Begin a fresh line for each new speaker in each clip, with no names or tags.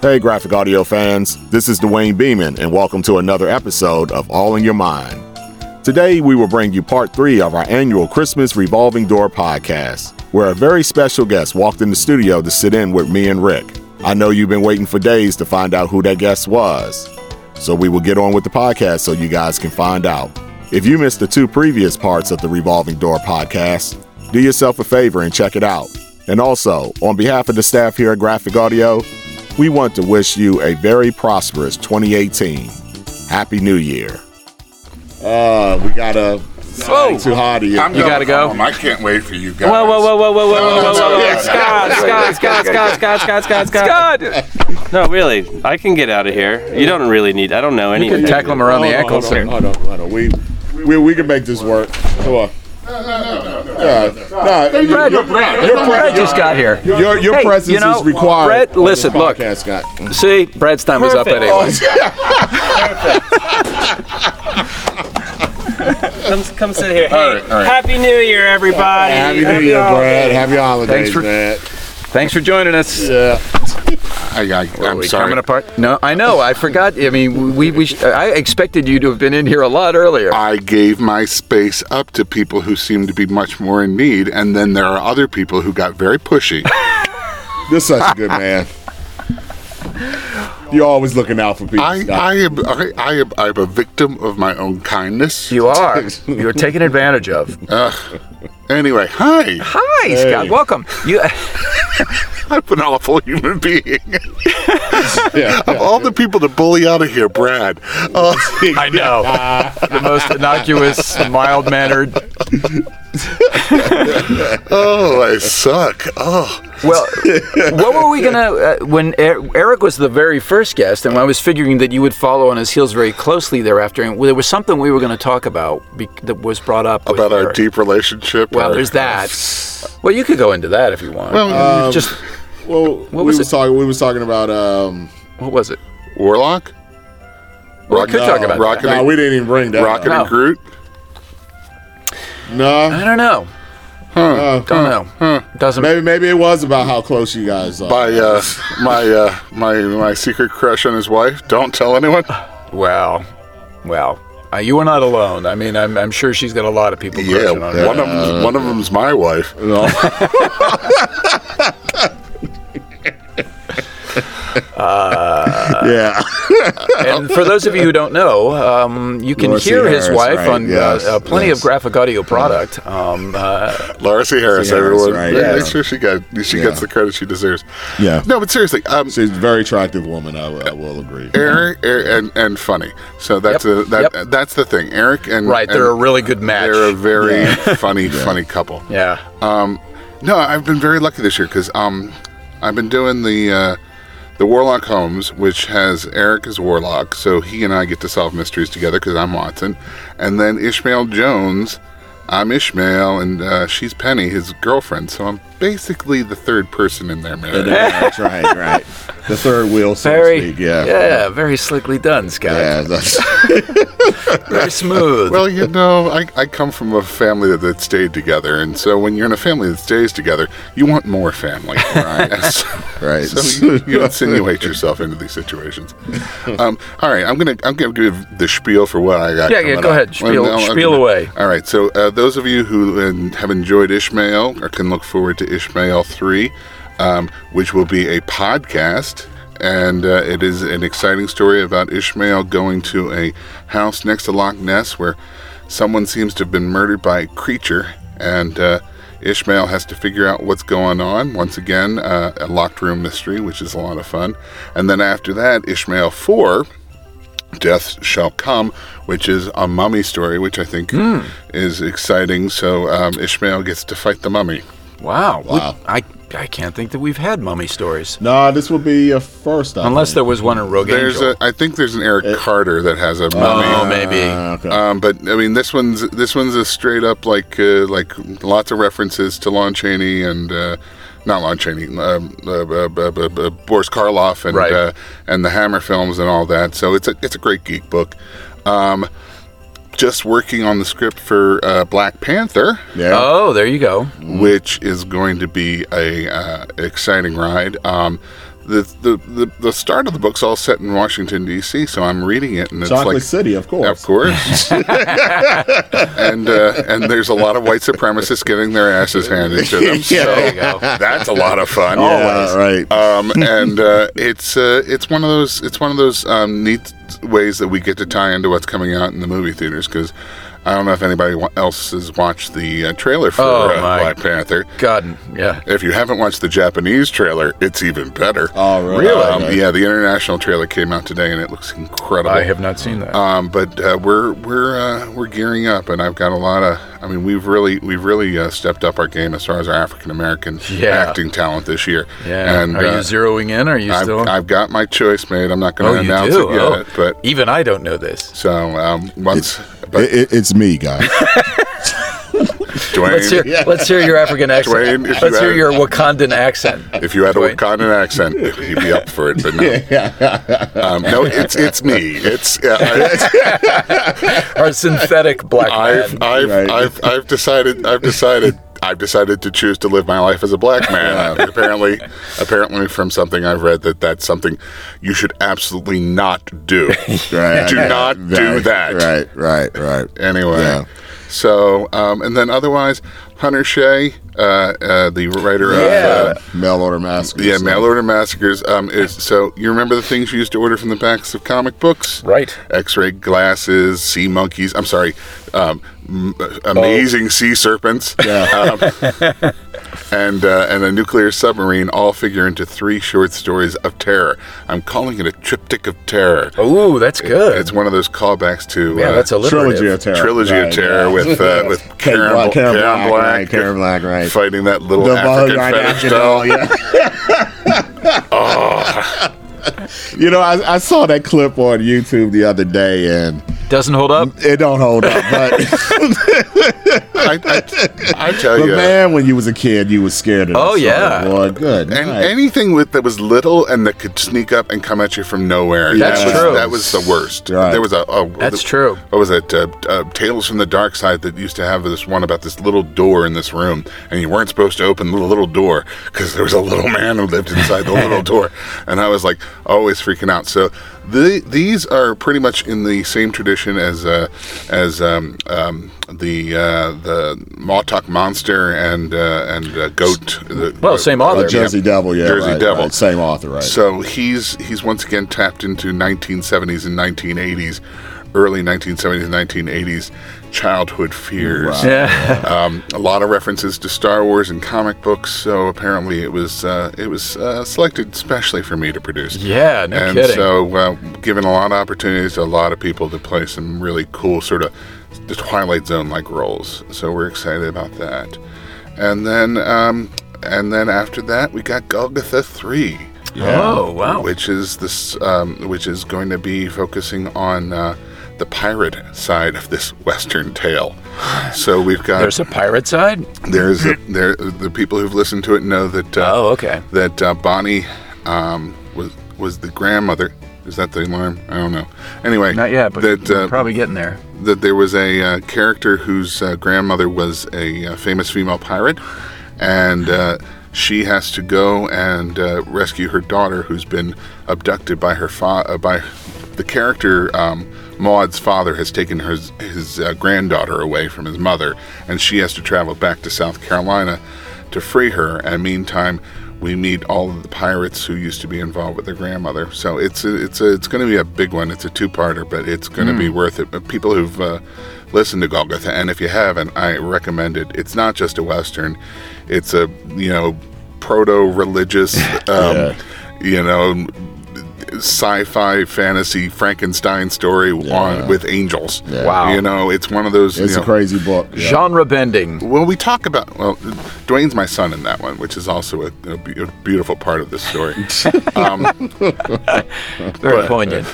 Hey, graphic audio fans, this is Dwayne Beeman, and welcome to another episode of All in Your Mind. Today, we will bring you part three of our annual Christmas Revolving Door podcast, where a very special guest walked in the studio to sit in with me and Rick. I know you've been waiting for days to find out who that guest was, so we will get on with the podcast so you guys can find out. If you missed the two previous parts of the Revolving Door podcast, do yourself a favor and check it out. And also, on behalf of the staff here at Graphic Audio, we want to wish you a very prosperous 2018. Happy New Year. Uh, we got a
Whoa.
too hot here.
I'm You gotta go?
home. I can't wait for you guys.
Whoa, whoa, whoa, whoa, whoa, whoa, whoa, whoa, whoa, whoa.
Yeah.
Scott, Scott, Scott, Scott, Scott, Scott, Scott, Scott. No, really, I can get out of here. You don't really need, I don't know anything.
can tackle him around
Oh,
the ankles.
Hold on, hold on, hold on. We, we, we can make this work. Come on. No, no, no, no.
Brad,
Your, your,
Brad just got here.
your, your, your
Hey,
presence
you know,
is required.
Brett,
on this
listen, look.
podcast, Scott.
See, Brad's time was up
Perfect.
anyway.
Come, come sit here.
All right, all right.
Happy New Year, everybody.
Happy New Year, Brad. Happy holidays,
Thanks for-
man.
Thanks for joining us.
Yeah.
I, I,
Are
I'm
we
sorry.
coming apart? No, I know. I forgot. I mean, we, we sh- I expected you to have been in here a lot earlier.
I gave my space up to people who seem to be much more in need, and then there are other people who got very pushy.
You're such a good man. You're always looking out for people.
I,
Scott.
I am, I, I am, I'm a victim of my own kindness.
You are. You're taken advantage of.
Anyway, hi.
Hi, Scott. Welcome. You.
I'm an awful human being.
yeah.
Of all the people to bully out of here, Brad. Uh,
I know. the most innocuous, mild mannered.
oh, I suck. Oh,
Well, what were we gonna? Uh, when er- Eric was the very first guest, and I was figuring that you would follow on his heels very closely thereafter, and there was something we were going to talk about be- that was brought up with
about our
Eric.
deep relationship.
Well,
our-
there's that. Well, you could go into that if you want.
Well,
just
Well, we
was
was,
it?
talking. We was talking about. Um,
what was it?
Warlock?
Well, we could talk about
Rocket,
that.
no, uh, we didn't even bring that.
Rocket
No.
and Groot?
Up. No.
I don't know.
Uh,
Don't know. Doesn't.
maybe maybe it was about how close you guys are.
by uh, my uh, my my secret crush on his wife. Don't tell anyone.
Well, well, uh, you are not alone. I mean, I'm, I'm sure she's got a lot of people.
Yeah,
crushing on her.
one of them, one of them's my wife.
No. yeah.
And for those of you who don't know, um, you can
Morrissey
hear his
Harris,
wife
right,
on
yes,
uh, uh, plenty
yes.
of graphic audio product. Um, uh,
Laura C. Harris,
C. Harris,
everyone.
right,
yeah,
yeah.
Make sure she got she
Yeah.
gets the credit she deserves.
Yeah.
No, but seriously, um,
She's a very attractive woman. I, I will agree.
Eric, Eric and and funny. So that's
Yep,
a, that
yep.
that's the thing. Eric and
right, they're a
and
really good match.
they're a very funny funny couple.
yeah.
Um, no, I've been very lucky this year because um, I've been doing the uh, the Warlock Homes, which has Eric as Warlock, so he and I get to solve mysteries together because I'm Watson, and then Ishmael Jones, I'm Ishmael, and uh, she's Penny, his girlfriend. So I'm basically the third person in their marriage.
That's right, right. The third wheel, so
Very,
to speak. Yeah.
yeah, very slickly done, Scott.
Yeah, that's-
Very smooth.
Well, you know, I, I come from a family that, that stayed together, and so when you're in a family that stays together, you want more family. Right.
right.
So you, you insinuate yourself into these situations. Um, all right, I'm gonna I'm gonna give the spiel for what I got.
Yeah, yeah,
coming
go
up.
ahead. Spiel-
Well, no,
spiel away.
All right, so uh, those of you who uh, have enjoyed Ishmael or can look forward to Ishmael three, um, which will be a podcast. And uh, it is an exciting story about Ishmael going to a house next to Loch Ness where someone seems to have been murdered by a creature. And uh, Ishmael has to figure out what's going on. Once again, uh, a locked room mystery, which is a lot of fun. And then after that, Ishmael 4, Death Shall Come, which is a mummy story, which I think is exciting. So um, Ishmael gets to fight the mummy.
wow. we-
Wow.
I, I can't think that we've had mummy stories.
nah, this would be a first. I
Unless
think.
there was one in Rogue
There's
Angel.
a, I think there's an Eric Carter that has a mummy.
oh, maybe.
Ah, okay.
Um, but I mean, this one's this one's a straight up like uh, like lots of references to Lon Chaney and uh, not Lon Chaney, um, uh, uh, uh, uh, uh, Boris Karloff and
Right.
uh, and the Hammer films and all that. So it's a it's a great geek book. Um, just working on the script for uh, Black Panther,
yeah.
oh, there you go.
which is going to be a uh, exciting ride. Um, the, the the the start of the book's all set in Washington D.C. So I'm reading it, and it's
Chocolate
like
City, of course.
Of course. and uh, and there's a lot of white supremacists getting their asses handed to them. So that's a lot of fun.
Yeah, right.
Um, and uh, it's uh, it's one of those it's one of those um, neat ways that we get to tie into what's coming out in the movie theaters because I don't know if anybody wa- else has watched the uh, trailer for
Oh,
uh,
my.
Black Panther.
God, yeah.
If you haven't watched the Japanese trailer, it's even better.
Oh, really?
Um,
Okay.
Yeah, the international trailer came out today, and it looks incredible.
I have not seen that.
Um, but uh, we're we're uh, we're gearing up, and I've got a lot of. I mean, we've really we've really uh, stepped up our game as far as our African American
Yeah.
acting talent this year.
yeah.
and
are
uh,
you zeroing in? Or are you
I've,
still?
I've got my choice made. I'm not going to
oh, you
announce
do.
it yet,
oh.
but
even I don't know this.
so um, once but
It, it, it's me, guys.
Let's hear,
Dwayne,
let's hear your African accent.
Dwayne, if you
let's hear
had-
your Wakandan accent.
if you had a
Dwayne.
Wakandan accent, you'd be up for it. But no, um, no, it's it's me. It's uh, I-
Our synthetic black
I've
man.
I've,
Right.
I've I've decided I've decided I've decided to choose to live my life as a black man. Uh, apparently, apparently from something I've read that that's something you should absolutely not do.
Right.
Do not
right,
do that.
Right, right, right.
Anyway,
Yeah.
so um, and then otherwise, Hunter Shea, uh, uh, the writer
Yeah.
of. Uh,
Mail order mask.
yeah, mail order massacres. Um, is, so you remember the things you used to order from the backs of comic books?
Right.
X-ray glasses, sea monkeys. I'm sorry, um, m-
Oh.
amazing sea serpents, um, and uh, and a nuclear submarine all figure into three short stories of terror. I'm calling it a triptych of terror.
Ooh, that's good.
It's one of those callbacks to
yeah,
uh,
that's alliterative.
Trilogy of Terror.
trilogy
Right,
of terror
yeah.
with uh, with
Kate
Karen,
Bla-
Bla- Karen, Black,
right, Karen Black, right.
fighting that little
The
African
Bug
fetish
African doll,
doll.
yeah. You know, I, I saw that clip on YouTube the other day, and
Doesn't hold up.
it don't hold up. But,
I, I, I tell
but
you.
man, when you was a kid, you was scared of. that sort
Oh,
of
yeah.
boy, good.
And
night.
anything with that was little and that could sneak up and come at you from nowhere.
That's
that was,
true.
That was the worst.
Right.
There was a, a
That's true.
What was it? Uh, uh, Tales from the Dark Side that used to have this one about this little door in this room, and you weren't supposed to open the little door because there was a little man who lived inside the little door, and I was like always freaking out. So the, these are pretty much in the same tradition as uh, as um, um, the uh, the Mautok monster and uh, and uh, goat. The,
Well, same author.
Oh, Jersey Devil, yeah,
Jersey
right,
Devil.
right. same author, right?
So he's he's once again tapped into 1970s and 1980s, early 1970s and 1980s childhood fears.
Yeah.
Um, a lot of references to Star Wars and comic books. So apparently it was uh, it was uh, selected specially for me to produce.
Yeah, no
and
kidding.
so uh, given a lot of opportunities to a lot of people to play some really cool sort of the Twilight Zone like roles. So we're excited about that. And then um, and then after that we got Golgotha three uh,
Oh wow.
which is this um, which is going to be focusing on uh, the pirate side of this western tale so we've got
There's a pirate side.
there's a, there the people who've listened to it know that uh,
Oh, okay.
that uh, bonnie um, was was the grandmother is that the alarm i don't know anyway
Not yet, but
that uh,
probably getting there.
that there was a uh, character whose uh, grandmother was a uh, famous female pirate, and uh, she has to go and uh, rescue her daughter, who's been abducted by her fa- uh, by the character. Um, Maud's father has taken her, his uh, granddaughter away from his mother, and she has to travel back to South Carolina to free her. And meantime, we meet all of the pirates who used to be involved with their grandmother. So it's a, it's a, it's going to be a big one. It's a two-parter, but it's going to be worth it. But people who've uh, listened to Golgotha, and if you haven't, I recommend it. It's not just a western; it's a you know proto-religious, um, you know sci-fi fantasy Frankenstein story on, with angels.
Wow.
you know it's one of those.
it's
you
a
know,
crazy book. yeah.
Genre bending.
well, we talk about well, Dwayne's my son in that one, which is also a, a be- a beautiful part of this story. um, uh,
Very poignant.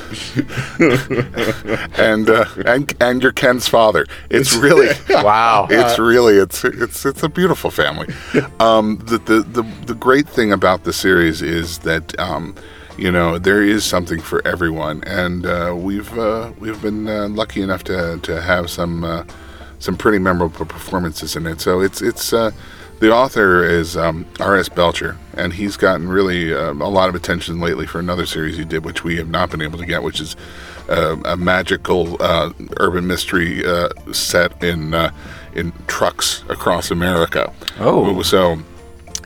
and uh, and and you're Ken's father. It's really
Wow.
It's really it's it's it's a beautiful family. Um, the, the the the great thing about the series is that um, you know there is something for everyone, and uh, we've uh, we've been uh, lucky enough to to have some uh, some pretty memorable performances in it. So it's it's. Uh, The author is um, R.S. Belcher, and he's gotten really uh, a lot of attention lately for another series he did, which we have not been able to get, which is uh, a magical uh, urban mystery uh, set in uh, in trucks across America.
Oh.
so.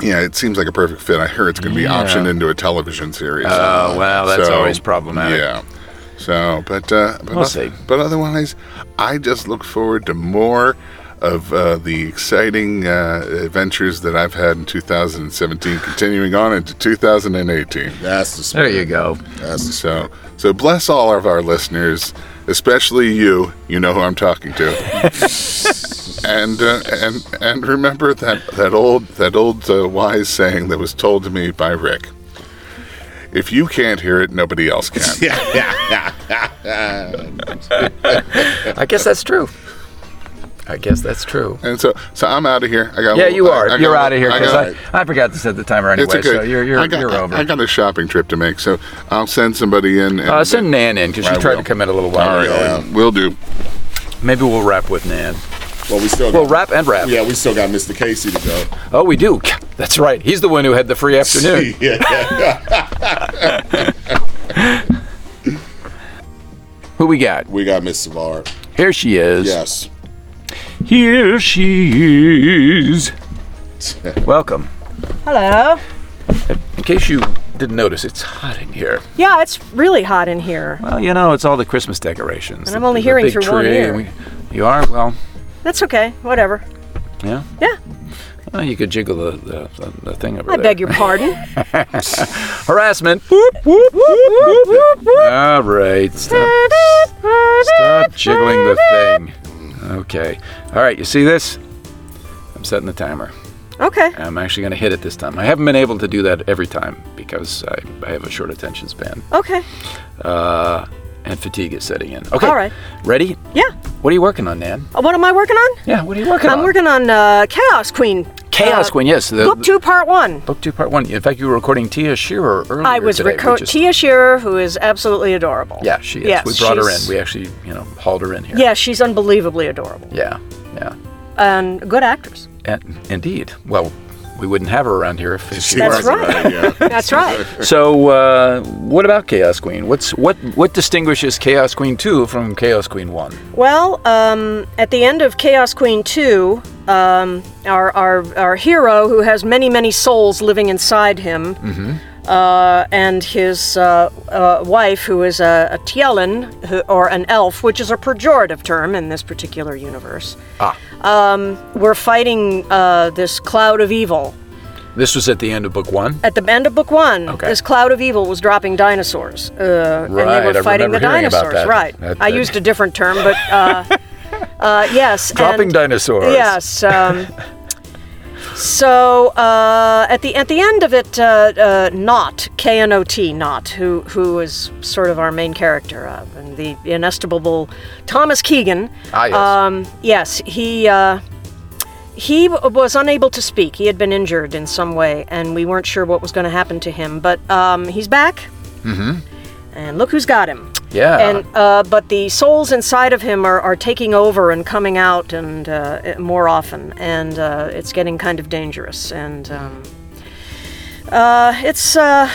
Yeah, it seems like a perfect fit. I hear it's going to be
Yeah.
optioned into a television series.
Oh, wow, that's always problematic.
Yeah. So, but uh, but,
We'll see.
but otherwise, I just look forward to more of uh, the exciting uh, adventures that I've had in 2017, continuing on into 2018.
That's the
There
spirit.
you go.
That's the
So, so bless all of our listeners, especially you. You know who I'm talking to. and uh, and and remember that that old that old uh, wise saying that was told to me by Rick. If you can't hear it, nobody else can.
I guess that's true. I guess that's true.
And so, so I'm out of here. I got. a
Yeah,
little-
you
I-
are.
I got
you're
a
out of here
little- I
because
got-
I, I forgot to set the timer anyway.
It's okay.
So you're you're,
I got,
you're
I-
over.
I, got a shopping trip to make, so I'll send somebody in. And
uh, send Nan in because she
I
tried
will.
to come in a little
All
while
right,
ago.
we'll do.
Maybe we'll wrap with Nan.
Well, we still
We'll
got,
wrap and wrap.
yeah, we still got Mr. Casey to go.
Oh, we do. That's right. He's the one who had the free afternoon.
yeah.
who we got?
We got Miss Savard.
Here she is.
Yes.
Here she is. Welcome.
Hello.
In case you didn't notice, it's hot in here.
Yeah, it's really hot in here.
Well, you know, it's all the Christmas decorations.
And I'm only hearing
big
through one
tree,
ear.
and we- You are? Well,
That's okay. Whatever.
yeah.
Yeah.
Well, you could jiggle the, the, the, the thing over
I
there.
beg your pardon.
Harassment. All right. Stop, stop jiggling the thing. Okay. All right. You see this? I'm setting the timer.
Okay.
I'm actually going to hit it this time. I haven't been able to do that every time because I, I have a short attention span
Okay.
uh, and fatigue is setting in. Okay.
All right.
Ready?
Yeah.
What are you working on, Nan?
Uh, What am I working on?
Yeah. What are you working on?
I'm working on uh, Chaos Queen.
Chaos
uh,
Queen. Yes. The,
Book two, part one.
Book two, part one. In fact, you were recording Tia Shearer earlier
I was
today. We
recording
just-
Tia Shearer, who is absolutely adorable.
Yeah, she is.
Yes,
we brought her in.
she's-
We actually, you know, hauled her in here.
Yeah, she's unbelievably adorable
Yeah. Yeah.
and a good actress.
And, Eh, indeed. Well, we wouldn't have her around here if, if she
That's
weren't.
right.
Yeah.
That's right.
So, uh, what about Chaos Queen? What's what what distinguishes Chaos Queen two from Chaos Queen one?
Well, um, at the end of Chaos Queen 2, um, our, our, our hero, who has many, many souls living inside him, uh, and his uh, uh, wife, who is a, a Tielen, who, or an elf, which is a pejorative term in this particular universe, um,
Ah,
we're fighting uh, this cloud of evil.
this was at the end of book one.
At the end of book one,
Okay.
this cloud of evil was dropping dinosaurs, uh,
Right, I
and they were fighting
remember
the
hearing about that.
dinosaurs. Right.
That-
I
that-
used a different term, but uh, uh, yes.
Dropping
and-
dinosaurs.
Yes. Um, so uh, at the at the end of it, uh, uh, Knot K N O T Knot, who who is sort of our main character uh, and the inestimable Thomas Keegan.
Ah, yes.
Um, yes, he. Uh, he w- was unable to speak. He had been injured in some way, and we weren't sure what was going to happen to him. But um, he's back, mm-hmm. and look who's got him.
Yeah.
And uh, but the souls inside of him are, are taking over and coming out and uh, it- more often, and uh, it's getting kind of dangerous. And um, uh, it's uh,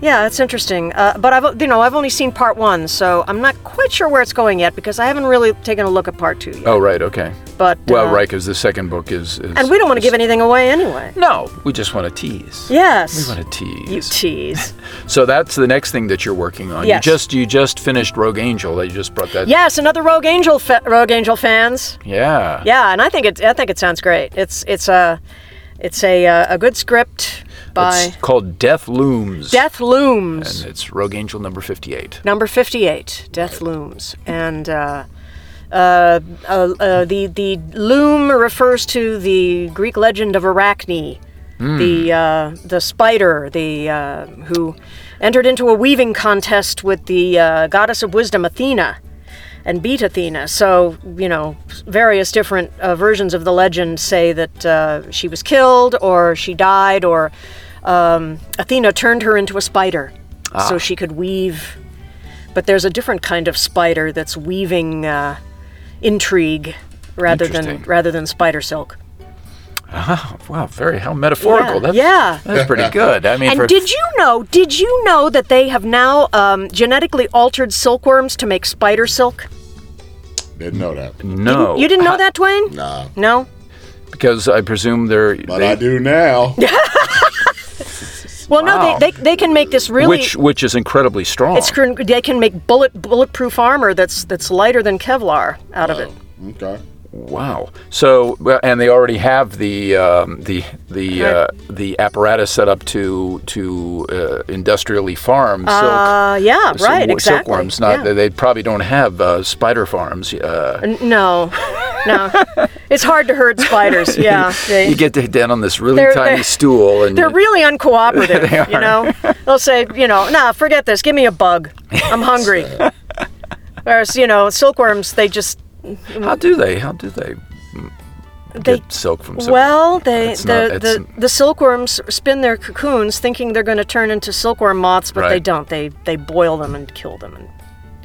yeah, it's interesting. Uh, but I've you know I've only seen part one, so I'm not quite sure where it's going yet because I haven't really taken a look at part two yet.
oh, right. Okay.
But
Well,
uh,
right, because the second book is. is
And we don't want to give anything away anyway.
No, we just want to tease. We
Yes.
want to tease.
You tease.
So that's the next thing that you're working on.
Yes.
You just you just finished Rogue Angel. You just brought that.
yes, another Rogue Angel fa- Rogue Angel fans.
Yeah.
Yeah, and I think it I think it sounds great. It's it's a it's a uh, a good script by
It's called Death Looms.
Death Looms,
And it's Rogue Angel number 58.
number fifty eight. Death Looms, and uh, uh, uh, uh, the the loom refers to the Greek legend of Arachne, the uh, the spider, the uh, who entered into a weaving contest with the uh, goddess of wisdom Athena. and beat Athena. So, you know, various different uh, versions of the legend say that uh, she was killed or she died or um, Athena turned her into a spider so she could weave. But there's a different kind of spider that's weaving uh, intrigue rather than
Interesting.
rather than spider silk.
Oh, wow, very how metaphorical. That's,
yeah.
that's pretty good. I mean,
And
for,
did you know? Did you know that they have now um, genetically altered silkworms to make spider silk?
Didn't know that.
no,
You didn't know that, Dwayne?
Nah.
No.
because I presume they're
But
they-
I do now.
Wow.
Well, no. They, they, they can make this really.
which which is incredibly strong.
it's cr- they can make bullet bulletproof armor that's that's lighter than Kevlar out of it.
Okay.
Wow. So, well, and they already have the um, the the uh, the apparatus set up to to uh, industrially farm Oh. silk.
Uh, yeah,
sil-
right, exactly.
Silkworms. Not
yeah.
they probably don't have uh, spider farms. Uh,
N- No, no, it's hard to herd spiders. Yeah, they,
you get down on this really
They're-
tiny
they're-
stool, and
they're really uncooperative. You know, they'll say, you know, nah, forget this. Give me a bug. I'm hungry. Whereas you know, silkworms, they just
how do they? How do they
they.
get silk from silk?
Well, they
It's
the,
not-
the
it's-
the silkworms spin their cocoons, thinking they're going to turn into silkworm moths, but they
Right.
don't. They they boil them and kill them and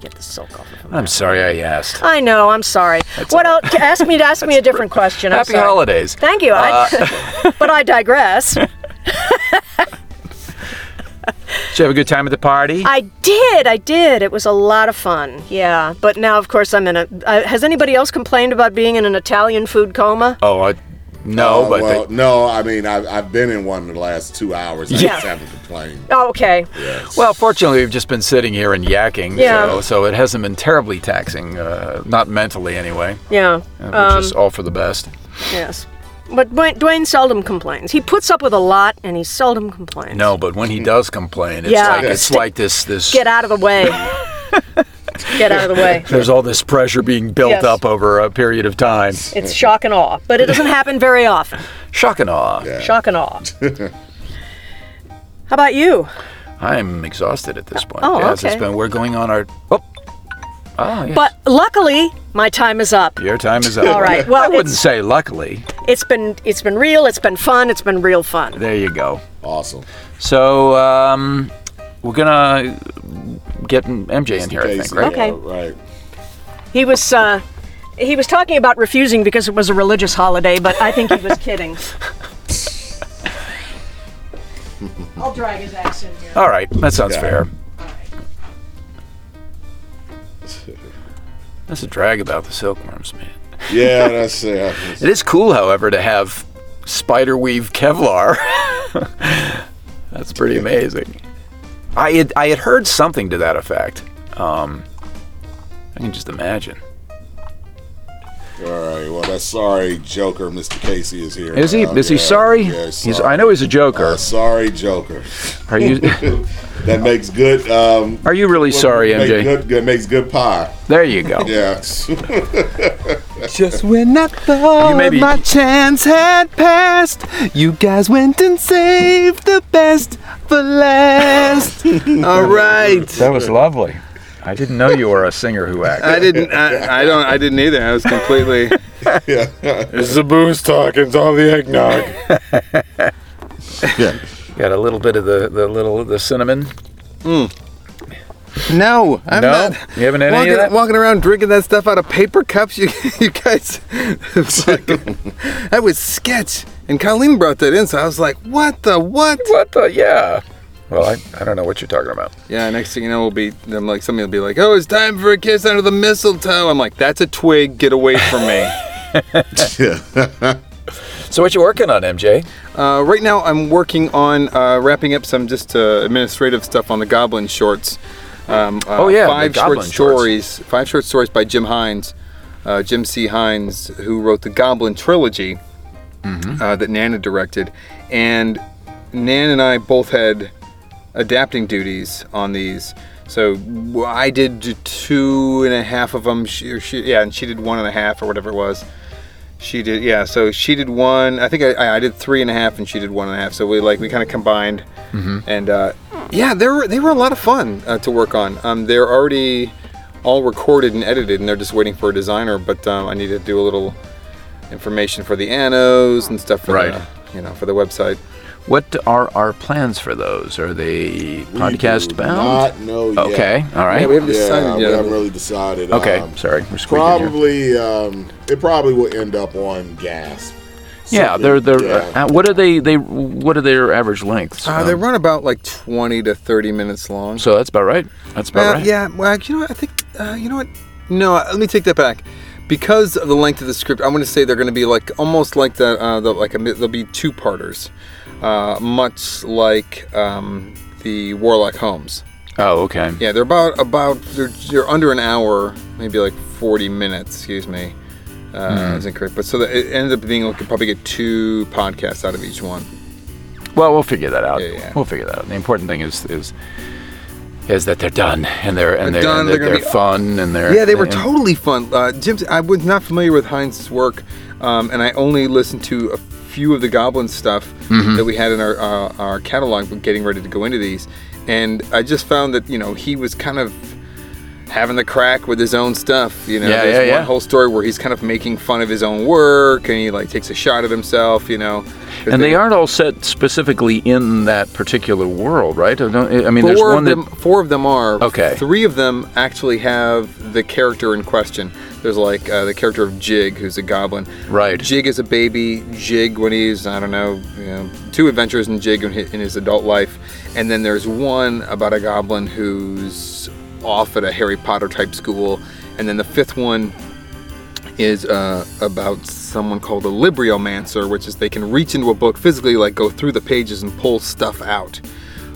get the silk off of them.
I'm sorry I asked.
I know. I'm sorry. what else? Ask me. Ask me a different question. I'm
Happy Uh,
sorry.
holidays.
Thank you. I, but I digress.
Did you have a good time at the party?
I did. I did. It was a lot of fun. Yeah. But now, of course, I'm in a. Uh, has anybody else complained about being in an Italian food coma?
oh, I, no,
Uh,
but
well, no, I mean, I've, I've been in one of the last two hours. I
Yeah.
just haven't complained.
Oh, okay.
they, well, fortunately we've just been sitting here and yakking,
Yeah.
so, so it hasn't been terribly taxing, uh, not mentally anyway.
Yeah. Um,
which is all for the best.
Yes. But Dwayne, Dwayne seldom complains. He puts up with a lot, and he seldom complains.
No, but when he does complain, it's
Yeah.
like it's
Sti-
like this this
Get out of the way. Get out of the way.
there's all this pressure being built
Yes.
up over a period of time.
It's shock and awe, but it doesn't happen very often.
Shock and awe.
Yeah.
Shock and awe. How about you?
I'm exhausted at this point.
Oh,
Yes, it's
okay.
been we're going on our oh, oh yeah.
But luckily, my time is up.
your time is up.
All right, well,
I wouldn't
it's-
say luckily.
It's been it's been real. It's been fun. It's been real fun.
There you go.
Awesome.
So um, we're gonna get MJ in here, I think,
Casey,
right?
Okay.
yeah, right.
He was uh, he was talking about refusing because it was a religious holiday, but I think he was kidding. I'll drag his ass in here.
All right, that sounds
Yeah.
fair. That's a drag about the silkworms, man.
Yeah, that's uh,
It is cool, however, to have spider weave Kevlar. That's pretty amazing. I had, I had heard something to that effect. Um, I can just imagine.
all right. Well, that's sorry, Joker. Mr. Casey is here.
Is he?
now.
Is he
Oh, Yeah,
sorry?
Yeah,
He's,
sorry.
I know he's a joker.
Uh, sorry, Joker.
Are you?
That makes good. Um,
Are you really sorry,
make
MJ?
Good, that makes good pie.
There you go.
Yeah.
Just when I thought
You may be-
my chance had passed, you guys went and saved the best for last. All right.
That was lovely. I didn't know you were a singer who acts.
I didn't. I, I don't. I didn't either. I was completely.
It's the booze talk. It's all the eggnog.
Got a little bit of the, the little the cinnamon.
No, I'm
No?
not.
You haven't had
walking,
any of that?
walking around drinking that stuff out of paper cups. You, you guys, it's like- that was sketch. And Colleen brought that in, so I was like, "What the what?"
What the? Yeah. Well, I, I don't know what you're talking about.
Yeah. Next thing you know, we'll be. I'm like, somebody will be like, "Oh, it's time for a kiss under the mistletoe." I'm like, "That's a twig. Get away from me."
So what you working on, MJ?
Uh, right now, I'm working on uh, wrapping up some just uh, administrative stuff on the Goblin shorts. Um, uh,
Oh, yeah, the
five short
Goblin shorts.
stories. Five short stories by Jim Hines, uh, Jim C. Hines, who wrote the Goblin trilogy
Mm-hmm.
uh, that Nana directed, and Nan and I both had adapting duties on these. So w- I did d- two and a half of them. She, or she, yeah, and she did one and a half or whatever it was. She did, yeah. So she did one. I think I- I, I did three and a half, and she did one and a half. So we like we kind of combined, and uh, yeah, they were they were a lot of fun uh, to work on. Um, they're already all recorded and edited, and they're just waiting for a designer. But um, I need to do a little information for the annos and stuff for
Right.
the, you know for the website.
What are our plans for those? Are they podcast bound?
Not no.
Okay. All right.
Yeah, we haven't
Yeah,
decided
we
yet.
haven't really decided.
okay.
um,
Sorry, we're squeaking here.
Probably, um, it probably will end up on gas.
Yeah, they're they're. uh, what are they? They what are their average lengths?
Uh,
Um,
they run about like 20 to 30 minutes long.
so that's about right. That's about
Uh,
right.
Yeah, well, you know what? I think, uh, you know what? No, uh, let me take that back. Because of the length of the script, I'm going to say they're going to be like almost like that. Uh, the, like a, mi- they'll be two parters, uh, much like um, the Warlock Holmes.
Oh, okay.
Yeah, they're about about they're, they're under an hour, maybe like 40 minutes. Excuse me, uh,
Hmm.
I was incorrect. But so that it ended up being like you probably get two podcasts out of each one.
Well, we'll figure that out.
Yeah, yeah.
We'll figure that out. The important thing is is is that they're done and they're and they're,
They're done,
and
they're
they're,
gonna be-
fun and they're
Yeah, they were
and-
totally fun. Uh, Jim's, I was not familiar with Heinz's work, um, and I only listened to a few of the Goblin stuff
Mm-hmm.
that we had in our uh, our catalog when getting ready to go into these, and I just found that you know he was kind of having the crack with his own stuff. You know,
Yeah,
there's
yeah,
one
yeah.
whole story where he's kind of making fun of his own work, and he like takes a shot at himself. You know, 'Cause
and they aren't all set specifically in that particular world, right? I, don't, I mean, there's
Four
one
of them.
that
Four of them are.
Okay.
Three of them actually have the character in question. There's like uh, the character of Jig, who's a goblin.
Right.
Jig is a baby. Jig when he's I don't know, you know two adventures in Jig in his, in his adult life, and then there's one about a goblin who's off at a Harry Potter type school, and then the fifth one is uh, about someone called a libriomancer, which is they can reach into a book physically, like go through the pages and pull stuff out,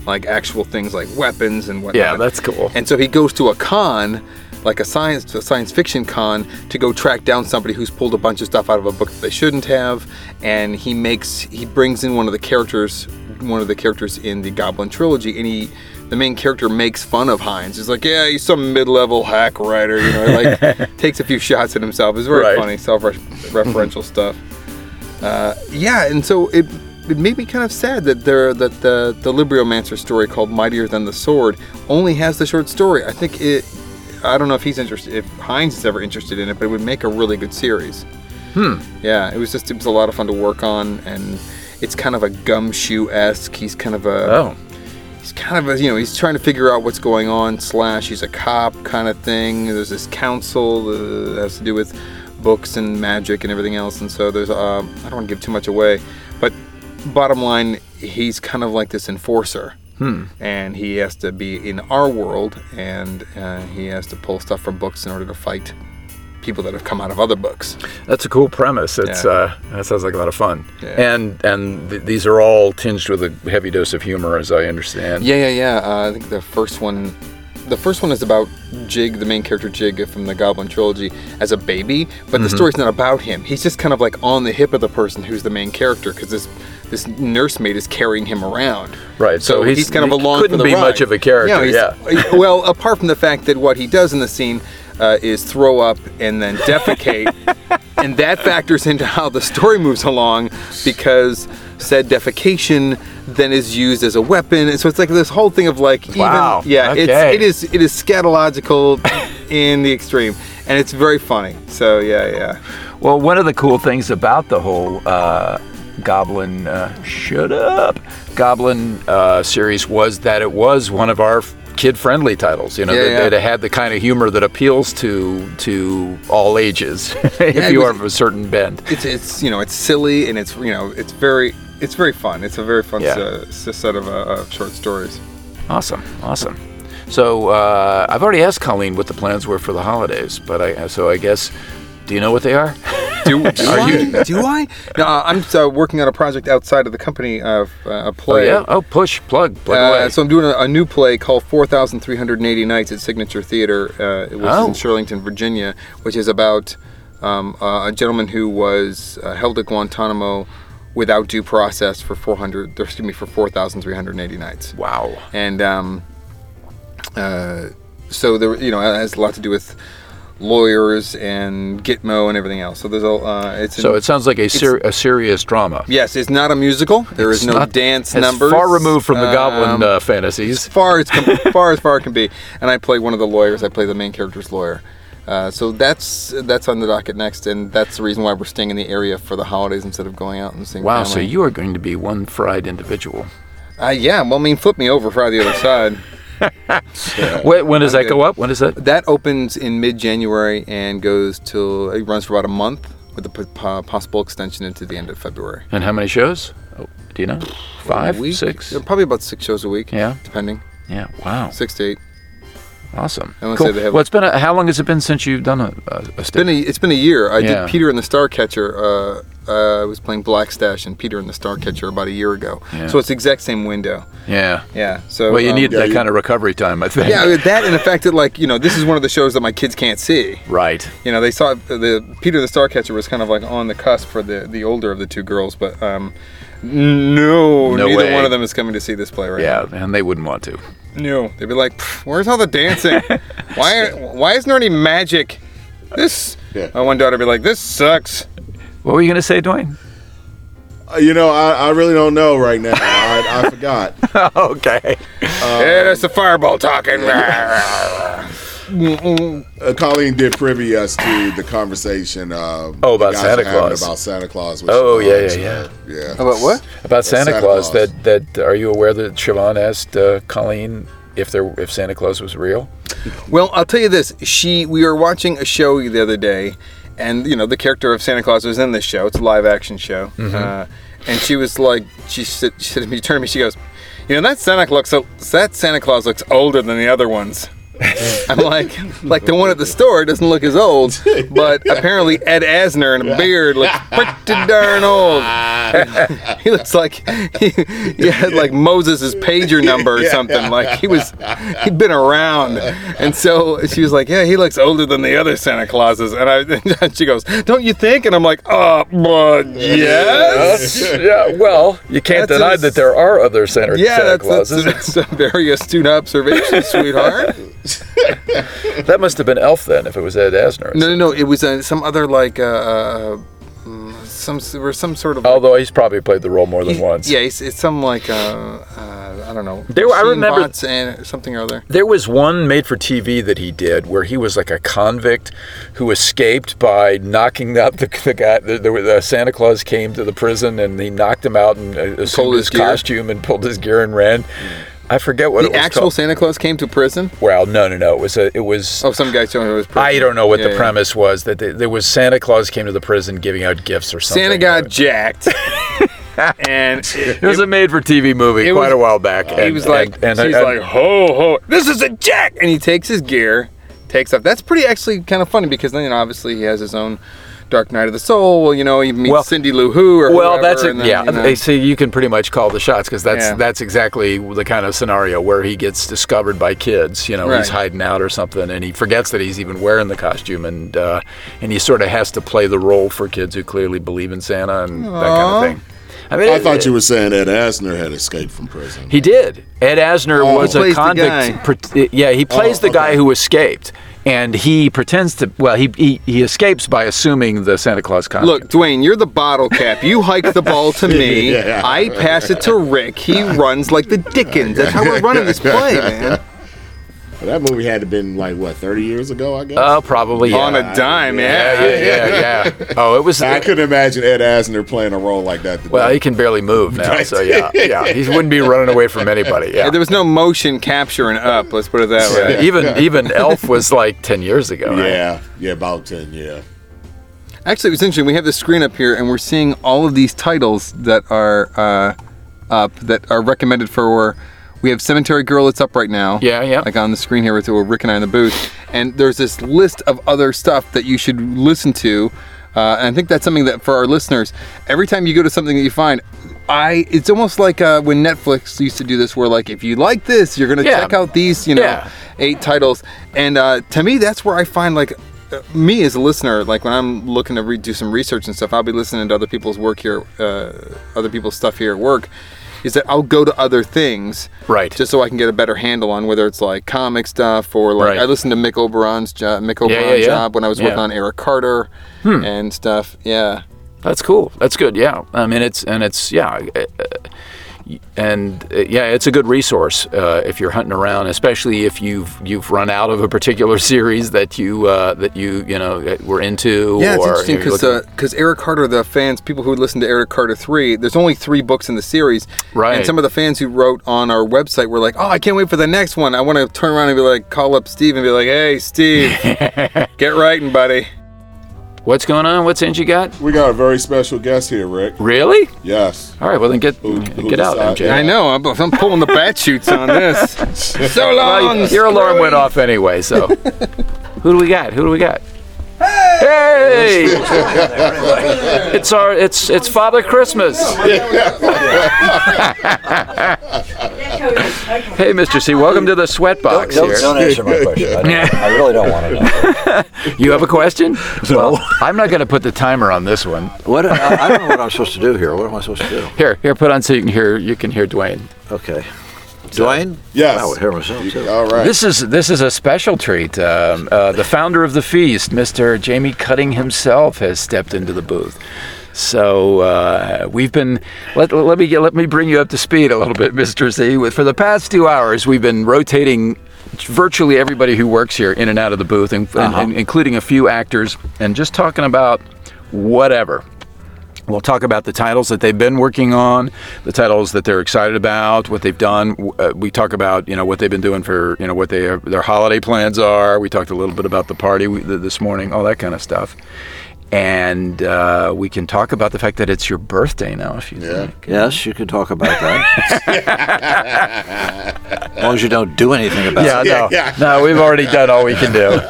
like actual things like weapons and whatnot.
Yeah, that's cool.
And so he goes to a con, like a science a science fiction con, to go track down somebody who's pulled a bunch of stuff out of a book that they shouldn't have, and he makes he brings in one of the characters, one of the characters in the Goblin trilogy, and he. The main character makes fun of Heinz. He's like, "Yeah, he's some mid-level hack writer," you know, like takes a few shots at himself. It's very
Right.
funny, self-referential stuff. Uh, yeah, and so it it made me kind of sad that there that the the Libriomancer story called Mightier Than the Sword only has the short story. I think it. I don't know if he's interested, if Hines is ever interested in it, but it would make a really good series. Hmm. Yeah, it was just it was a lot of fun to work on, and it's kind of a gumshoe esque. He's kind of a
oh,
he's kind of a, you know he's trying to figure out what's going on slash he's a cop kind of thing there's this council uh, that has to do with books and magic and everything else and so there's uh, i don't want to give too much away but bottom line he's kind of like this enforcer and he has to be in our world and uh, he has to pull stuff from books in order to fight people that have come out of other books
that's a cool premise. It's
Yeah.
uh, that sounds like a lot of fun.
Yeah.
And and th- these are all tinged with a heavy dose of humor, as I understand.
Yeah, yeah, yeah. Uh, I think the first one, the first one is about Jig, the main character Jig from the Goblin trilogy, as a baby. But
Mm-hmm.
the story's not about him. He's just kind of like on the hip of the person who's the main character because this this nursemaid is carrying him around.
Right, so
he's,
he's-
kind of
he
along
couldn't
for the
be
ride.
much of a character,
yeah. well, apart from the fact that what he does in the scene uh, is throw up and then defecate. and that factors into how the story moves along because said defecation then is used as a weapon and so it's like this whole thing of like even
Wow,
yeah
okay.
it's, it is it is scatological in the extreme and it's very funny so yeah yeah
Well, one of the cool things about the whole uh, Goblin uh, Shut Up Goblin uh, series was that it was one of our kid-friendly titles. You know,
Yeah,
that-
yeah.
that it had the kind of humor that appeals to to all ages if
it
you
was-
are of a certain bend.
it's it's you know it's silly and it's you know it's very it's very fun it's a very fun
Yeah.
s- s- set of uh, of short stories
Awesome, awesome. So uh, I've already asked Colleen what the plans were for the holidays, but I so I guess. Do you know what they are?
do, do I? Do I? No, uh, I'm uh, working on a project outside of the company of uh, a
Oh,
play.
yeah. Oh, push, plug, plug
Uh,
away.
so I'm doing a, a new play called 4,380 Nights at Signature Theater, uh, which is
Oh.
in Shirlington, Virginia, which is about um, uh, a gentleman who was uh, held at Guantanamo without due process for 400, or excuse me, for 4,380 nights
wow.
and um, uh, so there, you know, it has a lot to do with lawyers and Gitmo and everything else. So there's a, uh, it's
So
an-
it sounds like a, ser- a serious drama.
yes, it's not a musical. There is
It's
no
not-
dance
it's
numbers.
Far removed from the goblin
Um,
uh, fantasies.
as far as com- far as far it can be. And I play one of the lawyers. I play the main character's lawyer. Uh, so that's that's on the docket next, and that's the reason why we're staying in the area for the holidays instead of going out and seeing.
Wow, so
family.
you are going to be one fried individual.
uh, yeah, well, I mean, flip me over for the other side.
Wait, when does that
okay.
go up? When is that?
That opens in mid January and goes till it runs for about a month. with a p- po- possible extension into the end of February.
And how many shows? Oh, do you know? Five,
A week?
six?
Yeah, probably about six shows a week.
Yeah.
depending,
Yeah. Wow.
six to eight.
Awesome.
I wanna
Cool.
say they have-
well, it's been a, how long has it been since you've done a, a, a
Been
stint?
a, it's been a year. I
Yeah.
did Peter and the Starcatcher. Uh, uh, I was playing Black Stash and Peter and the Starcatcher about a year ago.
Yeah.
So it's the exact same window.
yeah.
Yeah. So
Well, you
um,
need
yeah,
that
you-
kind of recovery time, I think.
Yeah, I mean, that and the fact that like you know this is one of the shows that my kids can't see.
Right.
You know they saw the Peter the Starcatcher was kind of like on the cusp for the the older of the two girls, but um, no,
No
neither
way.
one of them is coming to see this play right
Yeah, and they wouldn't want to.
No, they'd be like, "Pff, "Where's all the dancing? why? Why isn't there any magic?" This.
Yeah.
My one daughter would be like, "This sucks."
What were you going to say, Dwayne?
Uh, You know, I, I really don't know right now. I, I forgot.
okay.
yeah, that's the fireball talking.
Uh, Colleen did privy us to the conversation. Uh, the
Oh, about
guys
Santa
were having
Claus.
About Santa Claus. which-
Oh, yeah, yeah,
uh,
yeah.
Yeah.
About what?
About Santa,
Santa
Claus,
Claus.
That that are you aware that Siobhan asked uh, Colleen if there if Santa Claus was real?
Well, I'll tell you this. She, we were watching a show the other day, and you know the character of Santa Claus was in this show. It's a live action show, uh, and she was like, she said, she said to me, turned to me, she goes, "You know that Santa Claus looks that Santa Claus looks older than the other ones." I'm like, like the one at the store doesn't look as old, but apparently Ed Asner in a beard looks pretty darn old. he looks like he, he had like Moses' pager number or something. Like he was, he'd been around. And so she was like, "Yeah, he looks older than the other Santa Clauses." And I, she goes, "Don't you think?" And I'm like, "Uh, but yes."
yeah. Well, you can't
That's
deny
his-
that there are other Santa,
Yeah,
Santa
that's,
Clauses.
that's, that's a very astute observation, sweetheart.
that must have been Elf then, if it was Ed Asner.
No, no, no. It was uh, some other like uh, uh, mm, some s- or some sort of.
Although he's probably played the role more than
He-
once.
Yeah, it's, it's some like uh, uh, I don't know.
There were- I
machine
remember-
bots and something or other.
There was one made for TV that he did where he was like a convict who escaped by knocking out the, the guy. The, the, the Santa Claus came to the prison and he knocked him out and uh, assumed
his
his,
gear. Mm.
costume and pulled his gear and ran. I forget what
The
it was
actual
called.
Santa Claus came to prison.
well, no, no, no. It was a, it was.
Oh, some guy showing it was prison.
I don't know what
Yeah,
the
yeah.
premise was that they, there was Santa Claus came to the prison giving out gifts or something.
Santa got jacked, and
It
it,
was a made for TV movie
it
quite
was-
a while back.
he was like, he's like, ho ho, this is a jack, and he takes his gear, takes off. That's pretty actually kind of funny because then you know, obviously he has his own Dark Knight of the Soul. You know, he meets
Well-
Cindy Lou Who or
Well,
whoever,
that's it.
and then,
yeah.
you know.
They say you can pretty much call the shots because that's
Yeah.
that's exactly the kind of scenario where he gets discovered by kids. You know,
Right.
he's hiding out or something, and he forgets that he's even wearing the costume, and uh, and he sort of has to play the role for kids who clearly believe in Santa and that kind of thing. I mean,
I
it-
thought you were saying Ed Asner had escaped from prison.
He did. Ed Asner was a
Oh, plays the guy. Oh,
convict. pre- Yeah, he plays the guy who escaped, and he pretends to. Well, he he, he escapes by assuming the Santa Claus costume.
Look, Dwayne, you're the bottle cap. You hike the ball to me.
Yeah.
I pass it to Rick. He runs like the Dickens. That's how we're running this play, man.
Well, that movie had to been like what thirty years ago, I guess.
Uh, probably yeah.
On a dime, yeah.
yeah, yeah, yeah. Oh, it was.
I couldn't imagine Ed Asner playing a role like that. Today.
well, he can barely move now, so yeah, yeah. He wouldn't be running away from anybody. Yeah.
Yeah, There was no motion capture and up. Let's put it that way.
Even even Elf was like ten years ago. right?
yeah, yeah, about ten, yeah.
Actually, it was interesting. We have the screen up here, and we're seeing all of these titles that are uh, up that are recommended for. We have Cemetery Girl. It's up right now.
Yeah, yeah.
Like on the screen here with with Rick and I in the booth, and there's this list of other stuff that you should listen to. Uh, and I think that's something that for our listeners, every time you go to something that you find, I it's almost like uh, when Netflix used to do this, where like if you like this, you're gonna
Yeah.
check out these, you know,
Yeah.
eight titles. And uh, to me, that's where I find like uh, me as a listener, like when I'm looking to re- do some research and stuff, I'll be listening to other people's work here, uh, other people's stuff here at work. Is that I'll go to other things,
Right.
Just so I can get a better handle on whether it's like comic stuff or like
Right.
I listened to Mick Oberon's jo- Mick Oberon
yeah, yeah.
job when I was working
Yeah. Hmm.
on Eric Carter and stuff. Yeah,
That's cool. That's good. Yeah. I mean, it's and it's yeah, uh, uh, and uh, yeah, it's a good resource uh, if you're hunting around, especially if you've you've run out of a particular series that you uh, that you you know that were into.
yeah, it's
or,
interesting
you know, you're
because uh,
looking-
Eric Carter, the fans, people who listen to Eric Carter three, there's only three books in the series, And
Right.
some of the fans who wrote on our website were like, "Oh, I can't wait for the next one. I want to turn around and be like, call up Steve and be like, hey, Steve, get writing, buddy."
What's going on? What's in you got?
We got a very special guest here, Rick.
Really?
Yes.
All right. Well, then get
who
get out,
decides?
MJ.
Yeah.
I know. I'm, I'm pulling the bat shoots on this. so long.
Well, your alarm went off anyway. So, who do we got? Who do we got? Hey! it's our it's it's Father Christmas. hey, Mr. C, welcome to the sweat box
Don't, don't
here.
answer my question. I, don't- I really don't want to know.
You have a question? Well, I'm not going to put the timer on this one.
What I, I don't know what I'm supposed to do here. What am I supposed to do?
Here, here, put on so you can hear you can hear Dwayne.
Okay. Dwayne?
Yes.
I would hear myself too.
All right.
This is this is a special treat. Um, uh, the founder of the feast, Mr. Jamie Cutting himself, has stepped into the booth. So uh, we've been let, let me get, let me bring you up to speed a little bit, Mr. Z. With- For the past two hours, we've been rotating virtually everybody who works here in and out of the booth, and, and- and including a few actors, and just talking about whatever. We'll talk about the titles that they've been working on, the titles that they're excited about, what they've done. Uh, we talk about you know what they've been doing for you know what they their holiday plans are. We talked a little bit about the party we, th- this morning, all that kind of stuff. And uh, we can talk about the fact that it's your birthday now, if you think.
Yes, you can talk about that. as long as you don't do anything about
Yeah,
it.
no, no, we've already done all we can do.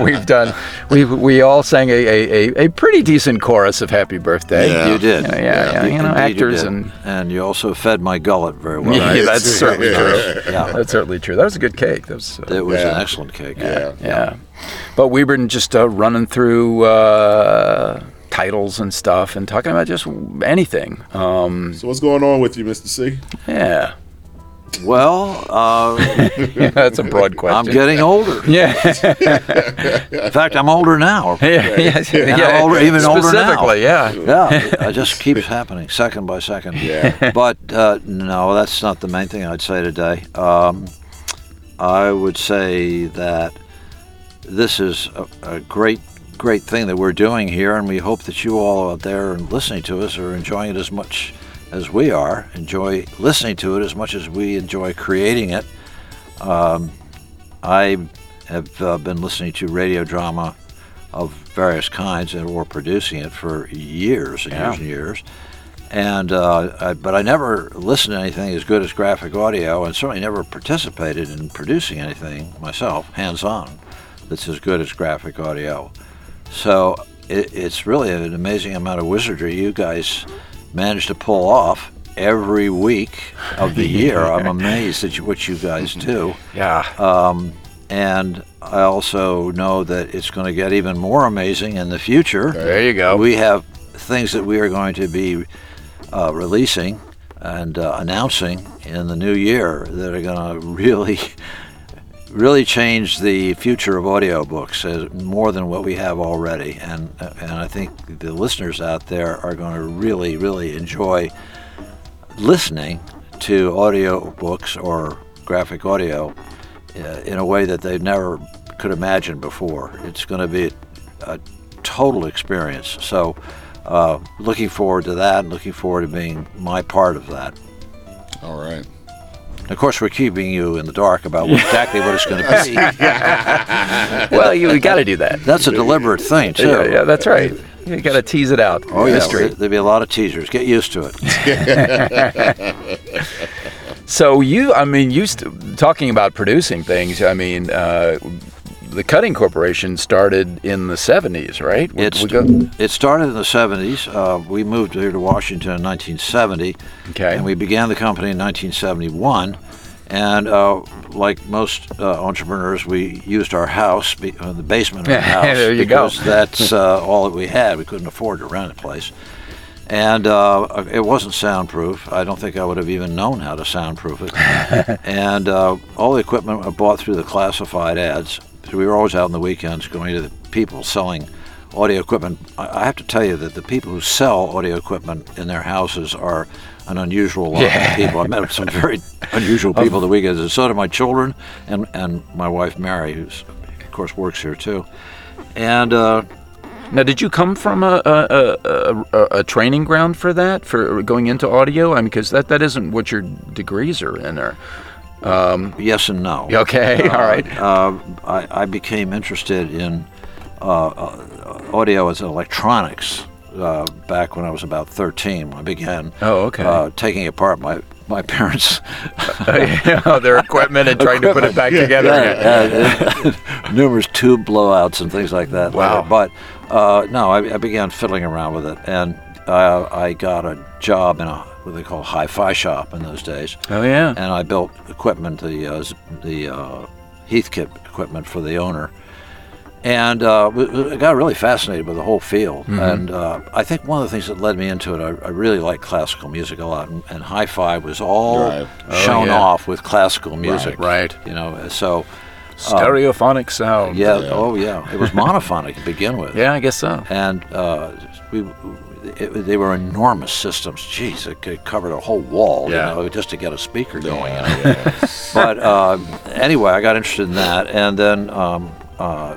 we've done, we we all sang a, a, a, a pretty decent chorus of Happy Birthday.
Yeah.
You did.
Yeah, yeah, yeah, you know,
Indeed you
actors
did.
and-
and you also fed my gullet very well.
Yeah, that's certainly true.
Yeah.
That's certainly true. That was a good cake. That was, uh,
It was
Yeah.
an excellent cake.
yeah.
Yeah. But we've been just uh, running through uh, titles and stuff and talking about just anything. Um,
So what's going on with you, Mr. C?
yeah.
Well, uh,
That's a broad question.
I'm getting older.
Yeah.
In fact, I'm older now.
yeah. Yes, yeah.
Yeah, older- even older now.
Specifically, yeah.
Yeah, it just keeps happening, second by second.
Yeah.
But uh, no, that's not the main thing I'd say today. Um, I would say that this is a, a great, great thing that we're doing here, and we hope that you all out there and listening to us are enjoying it as much as we are. Enjoy listening to it as much as we enjoy creating it. I have uh, been listening to radio drama of various kinds, and we're producing it for years and years and years. And uh, I, but I never listened to anything as good as graphic audio, and certainly never participated in producing anything myself, hands-on, that's as good as graphic audio. So it, it's really an amazing amount of wizardry you guys manage to pull off every week of the year. I'm amazed at you- what you guys do.
Yeah.
And I also know that it's going to get even more amazing in the future.
There you go.
We have things that we are going to be uh, releasing and uh, announcing in the new year that are going to really, really change the future of audiobooks uh, more than what we have already. And, uh, and I think the listeners out there are going to really, really enjoy listening to audiobooks or graphic audio uh, in a way that they never could imagine before. It's going to be a total experience. So, uh, looking forward to that and looking forward to being my part of that.
All right.
And of course, we're keeping you in the dark about what, exactly what it's going to be.
well, you, we got to do that.
That's a deliberate thing, too.
Yeah, yeah, that's right. You got to tease it out.
Oh, yeah.
Mystery.
There'll be a lot of teasers. Get used to it.
So you, I mean, you st- talking about producing things. I mean, uh, the Cutting Corporation started in the '70s, right? We-
It's,
we go-
it started in the 70s. Uh, we moved here to Washington in 1970.
Okay.
And we began the company in 1971. And uh, like most uh, entrepreneurs, we used our house, be, uh, the basement of the house.
There you go.
because that's uh, all that we had. We couldn't afford to rent a place. And uh, it wasn't soundproof. I don't think I would have even known how to soundproof it. and uh, all the equipment I bought through the classified ads. So we were always out on the weekends going to the people selling audio equipment. I I have to tell you that the people who sell audio equipment in their houses are an unusual lot of people. I met some very unusual people the weekends, and so do my children and, and my wife Mary, who's of course works here too. And uh,
Now, did you come from a a, a, a a training ground for that, for going into audio? I mean, because that, that isn't what your degrees are in. Or
yes and no.
okay, Uh-huh. all right,
uh, I, I became interested in audio as electronics uh, back when I was about 13. I began
Oh, okay.
uh, taking apart my, my parents'
Uh-huh. their equipment and trying to put it back together. again.
Uh, numerous tube blowouts and things like that.
Wow.
later. But uh, no, I, I began fiddling around with it, and uh, I got a job in a what they call hi-fi shop in those days.
Oh, yeah.
And I built equipment, the uh, z- the uh, Heathkit equipment for the owner. And uh, w- w- I got really fascinated with the whole field.
Mm-hmm.
And uh, I think one of the things that led me into it, I, I really like classical music a lot. And, and hi fi was all
Right.
shown
Oh, yeah.
off with classical music.
right.
You know, so
Oh. Stereophonic sound.
yeah, oh yeah, it was monophonic to begin with.
Yeah, I guess so.
and uh, we, it, they were enormous systems. Jeez, it, could- covered a whole wall,
Yeah.
you know, just to get a speaker going. you know. but uh, anyway, I got interested in that, and then um, uh,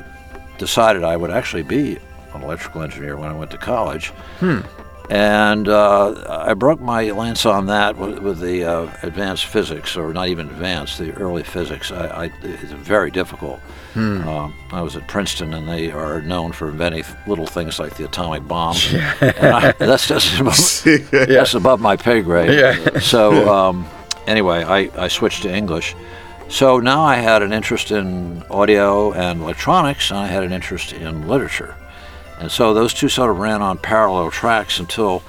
decided I would actually be an electrical engineer when I went to college. And uh, I broke my lance on that with, with the uh, advanced physics, or not even advanced, the early physics. I, I, it's very difficult. Um, I was at Princeton, and they are known for inventing little things like the atomic bomb. And I- that's just above, that's above my pay grade. So um, anyway, I, I switched to English. So now I had an interest in audio and electronics, and I had an interest in literature. And so those two sort of ran on parallel tracks until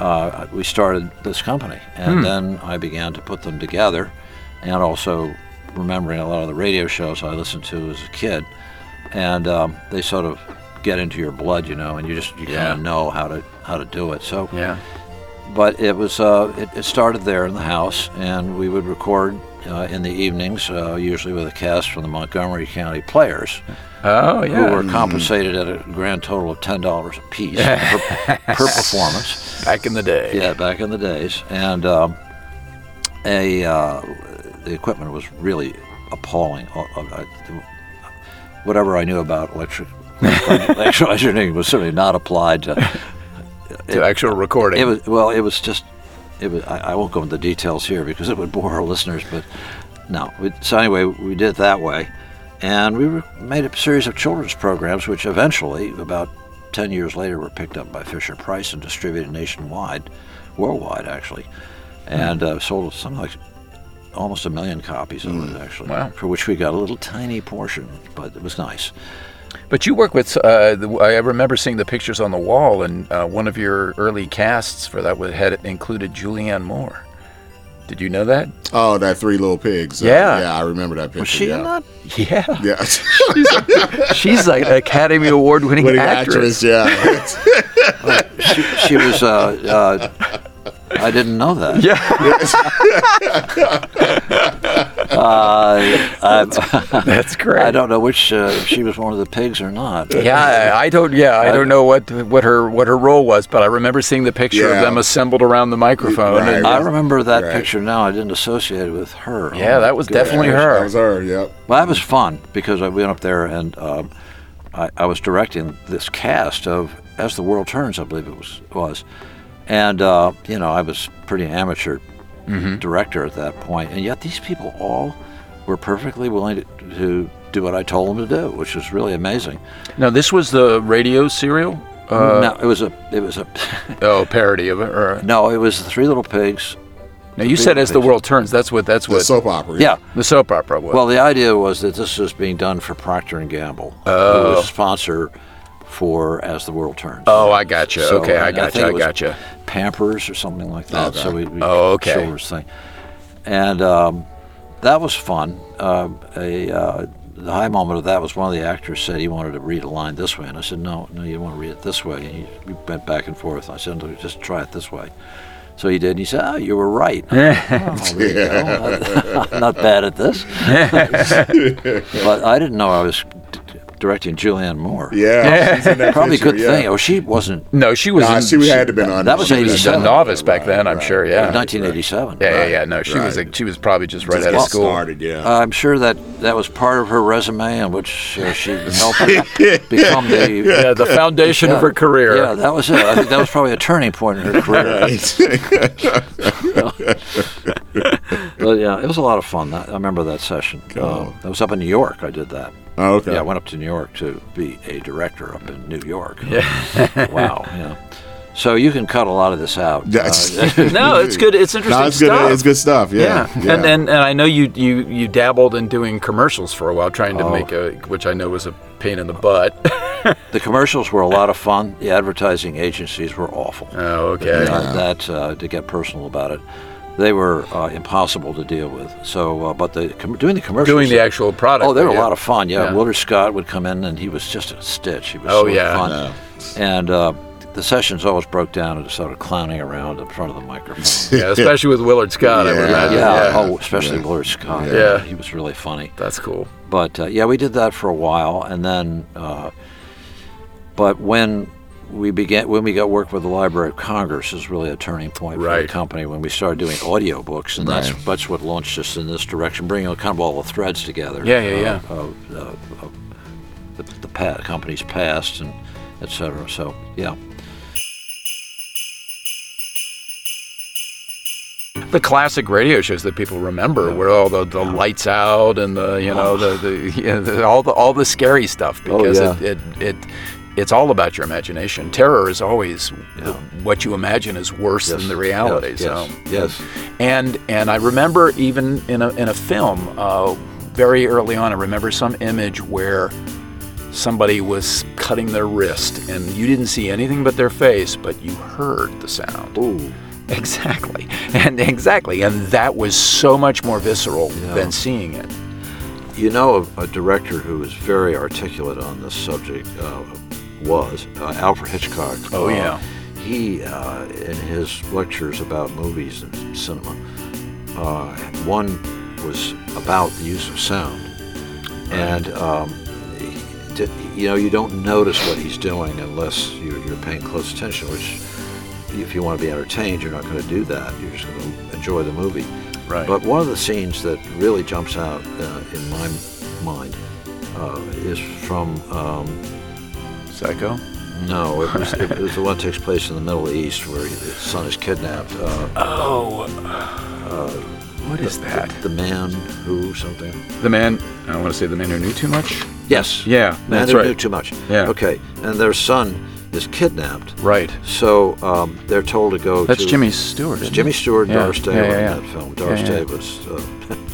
uh, we started this company. And
Hmm.
then I began to put them together and also remembering a lot of the radio shows I listened to as a kid. And um, they sort of get into your blood, you know, and you just you kind
Yeah.
of know how to how to do it. So
Yeah.
but it was uh, it, it started there in the house, and we would record uh, in the evenings, uh, usually with a cast from the Montgomery County Players,
Oh,
who
yeah.
were compensated at a grand total of ten dollars a piece per, per performance.
Back in the day.
Yeah, back in the days, and um, a uh, the equipment was really appalling. Uh, uh, Whatever I knew about electric electrical engineering was certainly not applied to
To actual recording.
it was well. It was just. It was. I, I won't go into the details here because it would bore our listeners. But no. We, so anyway, we did it that way, and we re- made a series of children's programs, which eventually, about ten years later, were picked up by Fisher Price and distributed nationwide, worldwide actually,
Hmm.
and uh, sold something like almost a million copies of it actually.
Hmm. Wow.
For which we got a little tiny portion, but it was nice.
But you work with, uh, the, I remember seeing the pictures on the wall, and uh, one of your early casts for that was, had included Julianne Moore. Did you know that?
Oh, that Three Little Pigs. Uh,
Yeah.
yeah, I remember that picture.
Was she
yeah.
in that?
Yeah.
Yeah.
She's like an Academy Award winning
Winning
actress.
actress. Yeah.
She, she was. Uh, uh, I didn't know that.
Yeah.
Uh, I,
That's great.
I don't know which uh, if she was one of the pigs or not.
Yeah, I I don't. Yeah, I don't know what what her what her role was, but I remember seeing the picture
Yeah.
of them assembled around the microphone. and-
I remember that
Right.
picture now. I didn't associate it with her. Oh,
yeah, that was definitely her.
That was her. Yep.
Well, that was fun because I went up there and um, I, I was directing this cast of As the World Turns, I believe it was. was. And, uh, you know, I was pretty amateur
Mm-hmm.
director at that point. And yet these people all were perfectly willing to, to do what I told them to do, which was really amazing.
now this was the radio serial. Uh,
no, it was a, it was a,
Oh, parody of it. Or,
no, it was the Three Little Pigs.
now you said as the world turns. That's what. That's
The
what.
soap opera.
Yeah,
the soap opera was.
Well, the idea was that this was being done for Procter and Gamble, oh. who was a sponsor for As the World Turns.
oh, I gotcha.
So,
okay, I
and think
gotcha.
it
I
was
gotcha.
Pampers or something like that. So we, we
Oh, okay.
children's thing, and um, that was fun. Um a uh, the high moment of that was one of the actors said he wanted to read a line this way, and I said no, no, you want to read it this way. And he, we went back and forth. I said, no, just try it this way. So he did, and he said, "Oh, you were right." Oh, there you go. I'm not bad at this. but I didn't know I was d- d- directing Julianne Moore.
Yeah. she's in that
Probably a
picture,
good
yeah.
thing. Oh, she wasn't.
No, she was.
Nah,
in,
she had to been on.
that was
she
she was a
87.
novice back then. I'm sure. Yeah.
1987.
yeah, yeah, yeah. No, she was.
Right.
A, she was probably just right
Just
out
getting
of school.
started. Yeah.
I'm sure that that was part of her resume, in which uh, she helped become the. uh,
Yeah, the foundation of her career.
Yeah, that was it. I think that was probably a turning point in her career.
Right.
But yeah, it was a lot of fun. That, I remember that session. Um, I was up in New York. I did that.
Oh, okay.
Yeah, I went up to New York to be a director up in New York. Yeah. wow. Yeah. So you can cut a lot of this out.
That's-
Uh,
No, it's good. It's interesting
No, it's good.
stuff.
It's good stuff. Yeah.
And, and and I know you you you dabbled in doing commercials for a while, trying to
Oh.
make a which I know was a pain in the butt.
the commercials were a lot of fun. The advertising agencies were awful.
oh, okay.
Uh, that uh, to get personal about it, they were uh, impossible to deal with. So, uh, but the com- doing the commercials,
Doing the actual product.
Oh, they were
yeah.
a lot of fun. Yeah,
Yeah.
Wilder Scott would come in, and he was just a stitch. He was
Oh,
so
yeah.
fun. And uh, the sessions always broke down into sort of clowning around in front of the microphone.
Yeah, especially with Willard Scott. I would
Yeah.
imagine.
yeah.
yeah.
Oh, especially Wilder Scott.
Yeah.
He was really funny.
That's cool.
But uh, yeah, we did that for a while, and then, uh, but when we began, when we got work with the Library of Congress, is really a turning point for
Right.
the company when we started doing audio books, and that's that's what launched us in this direction, bringing kind of all the threads together.
Yeah, yeah,
uh, Of, uh, of the, the pa- company's past and et cetera. So yeah,
The classic radio shows that people remember, where all the, the lights out and the you know the, the, yeah, the all the all the scary stuff
Oh,
because it, it it it's all about your imagination. Terror is always the, what you imagine is worse than the reality.
Yes,
so.
yes,
and and I remember even in a in a film uh, very early on, I remember some image where somebody was cutting their wrist, and you didn't see anything but their face, but you heard the sound.
Ooh.
Exactly, and exactly, and that was so much more visceral than seeing it.
You know, a, a director who was very articulate on this subject uh, was uh, Alfred Hitchcock.
Oh,
Uh,
yeah.
He, uh, in his lectures about movies and cinema, uh, one was about the use of sound. And, um, he- to- you know, you don't notice what he's doing unless you're, you're paying close attention, which, if you want to be entertained, you're not going to do that. You're just going to enjoy the movie.
Right.
But one of the scenes that really jumps out uh, in my mind uh, is from um,
Psycho.
no, it was, it was the one that takes place in the Middle East where his son is kidnapped. Uh,
Oh, what is that?
the man who something.
The man. I want to say the man who knew too much.
Yes.
Yeah,
man
that's
who
right.
knew too much.
Yeah.
Okay, and their son is kidnapped.
Right.
So um, they're told to go.
That's
to,
Jimmy Stewart.
It's
isn't
Jimmy
it?
Stewart and
Yeah,
Doris Day
yeah,
were
yeah, yeah.
in that film. Doris
Yeah, yeah.
Day was uh,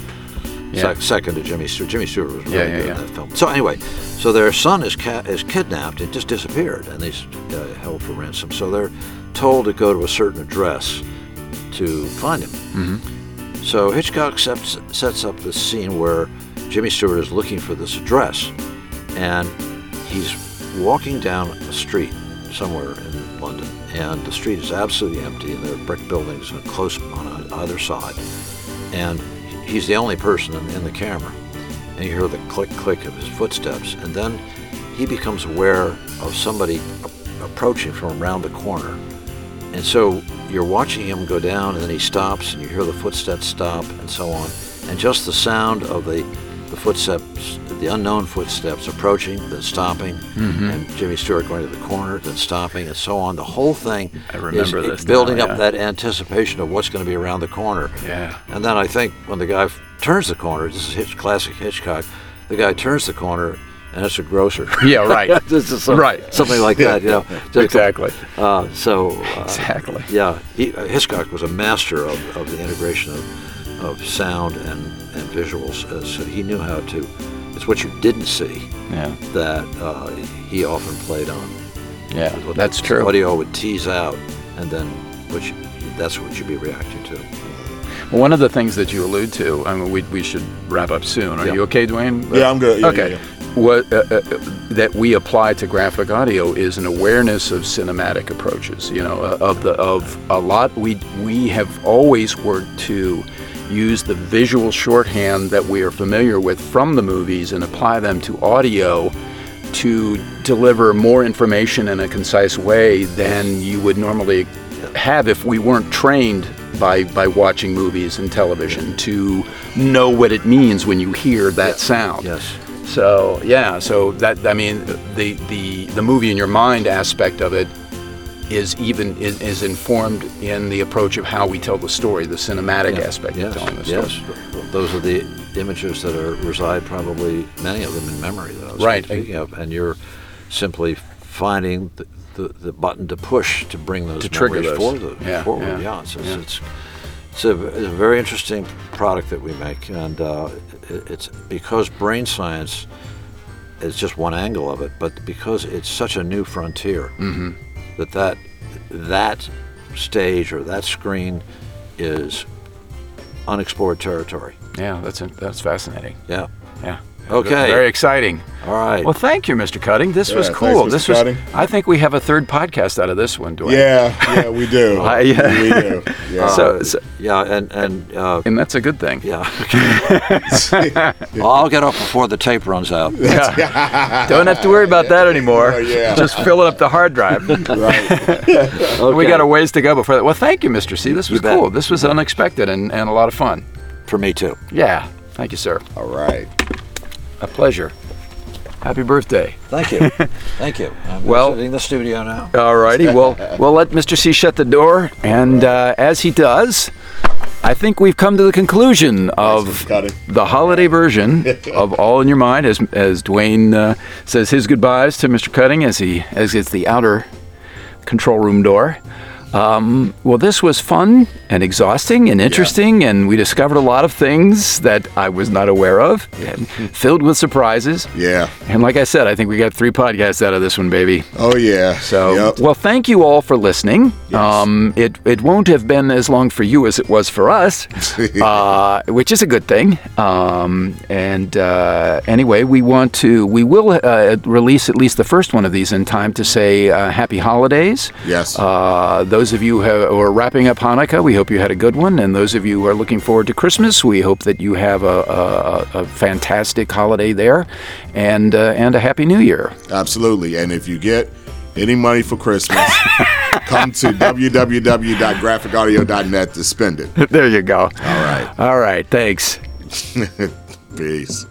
Yeah.
sec- second to Jimmy Stewart. Jimmy Stewart was really
Yeah, yeah,
good
yeah.
in that film. So anyway, so their son is ca- is kidnapped. It just disappeared, and he's uh, held for ransom. So they're told to go to a certain address to find him.
Mm-hmm.
So Hitchcock sets, sets up this scene where Jimmy Stewart is looking for this address, and he's walking down a street somewhere in London, and the street is absolutely empty, and there are brick buildings and close on either side, and he's the only person in, in the camera, and you hear the click click of his footsteps, and then he becomes aware of somebody a- approaching from around the corner. And so you're watching him go down, and then he stops, and you hear the footsteps stop, and so on. And just the sound of the, the footsteps, the unknown footsteps approaching, then stopping,
Mm-hmm.
and Jimmy Stewart going to the corner, then stopping, and so on. The whole thing I
remember
is
this now,
building up
yeah.
that anticipation of what's going to be around the corner.
Yeah.
And then I think when the guy f- turns the corner, this is Hitch, classic Hitchcock, the guy turns the corner, and it's a grocer.
Yeah, right.
This is some-
Right.
Something like that, you know. Just-
Exactly.
Uh, so uh,
Exactly.
yeah, he, uh, Hitchcock was a master of, of the integration of, of sound and, and visuals. Uh, so he knew how to. It's what you didn't see
Yeah.
that uh, he often played on.
Yeah.
What-
That's true.
Audio would tease out, and then which that's what you'd be reacting to.
One of the things that you allude to, I mean, we, we should wrap up soon. Are
Yeah.
you okay, Dwayne?
Yeah, I'm good. Yeah,
okay.
yeah,
What uh, uh, that we apply to graphic audio is an awareness of cinematic approaches. You know, uh, of the of a lot we we have always worked to use the visual shorthand that we are familiar with from the movies and apply them to audio to deliver more information in a concise way than you would normally have if we weren't trained by by watching movies and television to know what it means when you hear that sound.
Yes.
So yeah, so that I mean the the the movie in your mind aspect of it is even is, is informed in the approach of how we tell the story, the cinematic aspect
yes,
of telling the story.
yes. Those are the images that are reside probably many of them in memory. That I was
Right.
Speaking of, and you're simply finding the, the, the button to push to bring those
To trigger
memories
those.
forward.
Yeah,
forward.
yeah,
It's, it's- it's it's a, it's a very interesting product that we make, and uh, it, it's because brain science is just one angle of it, but because it's such a new frontier
Mm-hmm.
that that that stage or that screen is unexplored territory.
Yeah, that's that's fascinating.
Yeah.
Yeah.
Okay.
Very exciting.
All right.
Well, thank you, Mr. Cutting. This was
Yeah,
cool.
thanks, Mr.
This
Cutting.
was. I think we have a third podcast out of this one, Dwayne.
Yeah, yeah, we do.
I- yeah.
We do. Yeah.
So, so
Uh, yeah, and and uh,
and that's a good thing.
yeah. I'll get up before the tape runs out.
Don't have to worry about that anymore.
Oh, yeah.
Just fill it up the hard drive.
right.
We got a ways to go before that. Well, thank you, Mr. C. This was
bet.
cool. This was unexpected and, and a lot of fun.
for me too.
Yeah. Thank you, sir.
All right.
A pleasure. Happy birthday.
Thank you. Thank you. I'm
Well-
exiting the studio now.
All righty. Well, we'll let Mr. C shut the door. And uh, as he does, I think we've come to the conclusion of
Got it.
the holiday version of All in Your Mind, as, as Dwayne uh, says his goodbyes to Mr. Cutting as he exits the outer control room door. Um, well, this was fun and exhausting and interesting, and we discovered a lot of things that I was not aware of, and filled with surprises.
Yeah.
And like I said, I think we got three podcasts out of this one, baby.
Oh yeah.
So,
Yep.
well, thank you all for listening. Um, it it won't have been as long for you as it was for us, uh, which is a good thing. Um, and uh, anyway, we want to we will uh, release at least the first one of these in time to say uh, happy holidays.
Yes.
Uh, those of you who are wrapping up Hanukkah, we hope you had a good one. And those of you who are looking forward to Christmas, we hope that you have a, a, a- a fantastic holiday there, and uh, and a happy New Year.
Absolutely. And if you get any money for Christmas, come to www.graphicaudio.net to spend it.
there you go.
All right.
All right. Thanks.
Peace.